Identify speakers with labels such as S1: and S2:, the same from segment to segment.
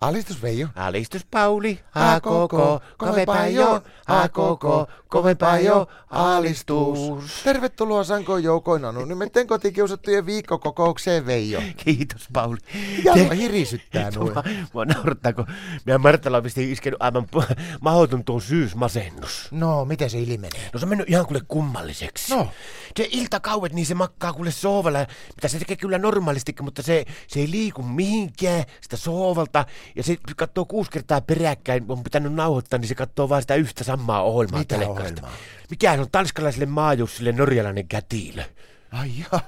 S1: Alistus Veijo.
S2: Alistus Pauli, a koko, kovempaa jo, a koko, kovempaa jo, alistus.
S1: Tervetuloa Sankoon joukoin anonymitten kotikiusattujen viikkokokoukseen Veijo.
S2: Kiitos Pauli.
S1: Ja
S2: Te-
S1: mua hirisyttää nuo.
S2: Mua, mua naurattaa, kun meidän Marttalla on vissiin iskenyt aivan p- mahdoton tuo syysmasennus.
S1: No, miten se ilmenee?
S2: No se on mennyt ihan kuule kummalliseksi.
S1: No.
S2: Se iltakauet, niin se makkaa kuule sohvalla, mitä se tekee kyllä normaalistikin, mutta se, se ei liiku mihinkään sitä sohvalta. Ja se katsoo kuusi kertaa peräkkäin, on pitänyt nauhoittaa, niin se katsoo vaan sitä yhtä samaa ohjelmaa
S1: Mitä
S2: telekkarista.
S1: ohjelmaa?
S2: Mikä se on tanskalaiselle maajussille norjalainen kätilö?
S1: Ai joo.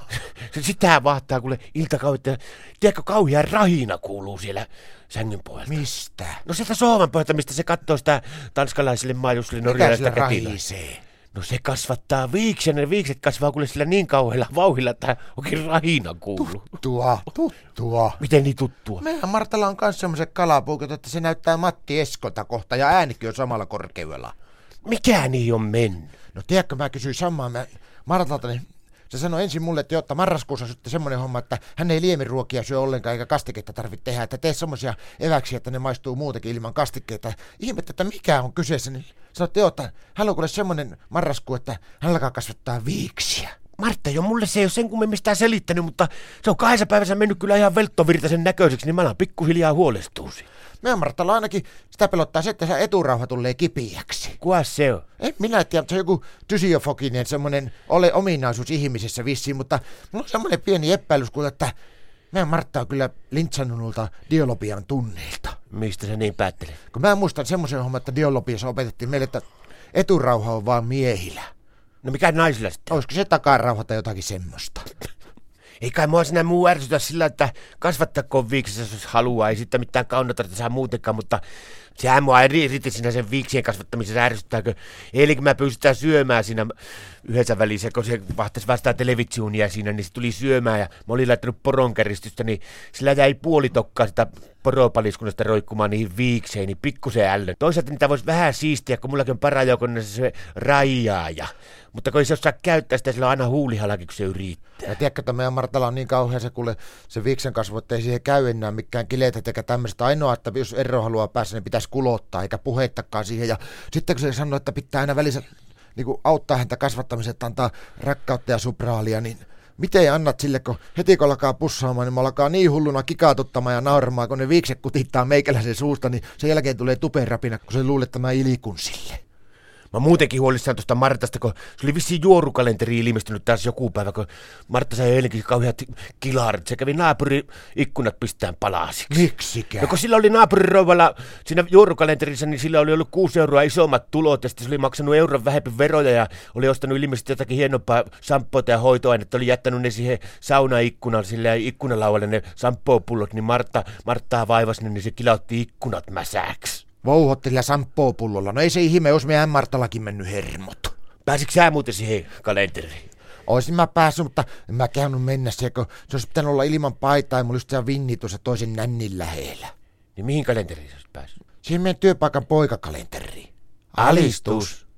S2: Se sitä vahtaa, kuule iltakauet. ja Tiedätkö, kauhea rahina kuuluu siellä sängyn pohjalta.
S1: Mistä?
S2: No sieltä sohvan pohjalta, mistä se katsoo sitä tanskalaisille maajussille
S1: Mitä sillä
S2: norjalaista kätilöä.
S1: rahisee?
S2: No se kasvattaa viiksen, ja ne viikset kasvaa kuule sillä niin kauhealla vauhilla, että onkin rahina kuuluu.
S1: Tuttua, tuttua.
S2: Miten niin tuttua?
S1: Meidän Martalla on myös semmoiset kalapuukot, että se näyttää Matti Eskolta kohta ja äänikin on samalla korkeudella.
S2: Mikä niin on mennyt?
S1: No tiedätkö, mä kysyin samaa mä Martalta, niin se sanoi ensin mulle, että jotta marraskuussa syötte semmoinen homma, että hän ei liemiruokia syö ollenkaan eikä kastiketta tarvitse tehdä, että tee semmoisia eväksiä, että ne maistuu muutenkin ilman kastikkeita. Ihmettä, että mikä on kyseessä, niin sanoi, että joo, että hän on kuule semmoinen marraskuu, että hän alkaa kasvattaa viiksiä.
S2: Martta jo mulle se ei ole sen kummemmistään selittänyt, mutta se on kahdessa päivässä mennyt kyllä ihan velttovirtaisen näköiseksi, niin mä alan pikkuhiljaa huolestua siitä.
S1: Meidän Martalla ainakin sitä pelottaa se, että se eturauha tulee kipiäksi.
S2: Kuas se on?
S1: En minä tiedä, mutta se on joku tysiofoginen semmoinen ole ominaisuus ihmisessä vissiin, mutta mulla on semmoinen pieni epäilys, kun että mä Martta on kyllä lintsannunulta diologian tunneilta.
S2: Mistä se niin päättelee?
S1: Kun mä muistan semmoisen homman, että diologiassa opetettiin meille, että eturauha on vaan miehillä.
S2: No mikä naisilla sitten?
S1: Olisiko se takarauha tai jotakin semmoista?
S2: Ei kai mua sinä muu ärsytä sillä, että kasvattakoon viiksensä, jos haluaa. Ei sitten mitään kaunotarta saa muutenkaan, mutta sehän mua eri- eritti siinä sen viiksien kasvattamisessa ärsyttääkö. Eilen kun mä pyysin sitä syömään siinä yhdessä välissä, kun se vahtasi vastaan televitsioonia siinä, niin se tuli syömään ja mä olin laittanut poronkäristystä, niin sillä jäi puoli tokkaa sitä poropaliskunnasta roikkumaan niihin viikseen, niin pikkusen ällön. Toisaalta niitä voisi vähän siistiä, kun mullakin on parajoukonnassa se rajaaja. Mutta kun ei se osaa käyttää sitä, sillä on aina huulihalakin, kun se yrittää.
S1: Ja tiedätkö, että meidän Martalla on niin kauhea se, kuule, se viksen kasvu, että ei siihen käy enää mikään kileitä eikä tämmöistä. Ainoa, että jos ero haluaa päästä, niin pitäisi kulottaa eikä puheittakaan siihen. Ja sitten kun se sanoo, että pitää aina välissä niin kuin auttaa häntä kasvattamiseen, että antaa rakkautta ja supraalia, niin miten annat sille, kun heti kun alkaa pussaamaan, niin mä alkaa niin hulluna kikaatuttamaan ja nauramaan, kun ne viikset kutittaa meikäläisen suusta, niin sen jälkeen tulee tuperapina, kun se luulee, että mä ilikun sille.
S2: Mä oon muutenkin huolissaan tuosta Martasta, kun se oli vissiin juorukalenteri ilmestynyt taas joku päivä, kun Martta sai eilenkin kauheat kilarit. Se kävi naapuri ikkunat pistään palasiksi.
S1: Miksikä?
S2: No kun sillä oli naapurirouvalla siinä juorukalenterissa, niin sillä oli ollut 6 euroa isommat tulot ja sitten se oli maksanut euron vähempi veroja ja oli ostanut ilmeisesti jotakin hienompaa samppoota ja hoitoainetta. Oli jättänyt ne siihen saunaikkunalle, sillä ikkunalaualle ne samppopullot, niin Martta, Marttaa vaivasi, ne, niin se kilautti ikkunat mäsäksi.
S1: Vouhottelija samppoo-pullolla. No ei se ihme, jos meidän Martallakin mennyt hermot.
S2: Pääsikö sä muuten siihen kalenteriin?
S1: Oisin mä päässyt, mutta en mä kehannut mennä siihen, kun se olisi pitänyt olla ilman paitaa ja mulla olisi tämä vinni tuossa toisen nännin lähellä.
S2: Niin mihin kalenteriin sä oot päässyt?
S1: Siihen meidän työpaikan poikakalenteriin.
S2: Alistus.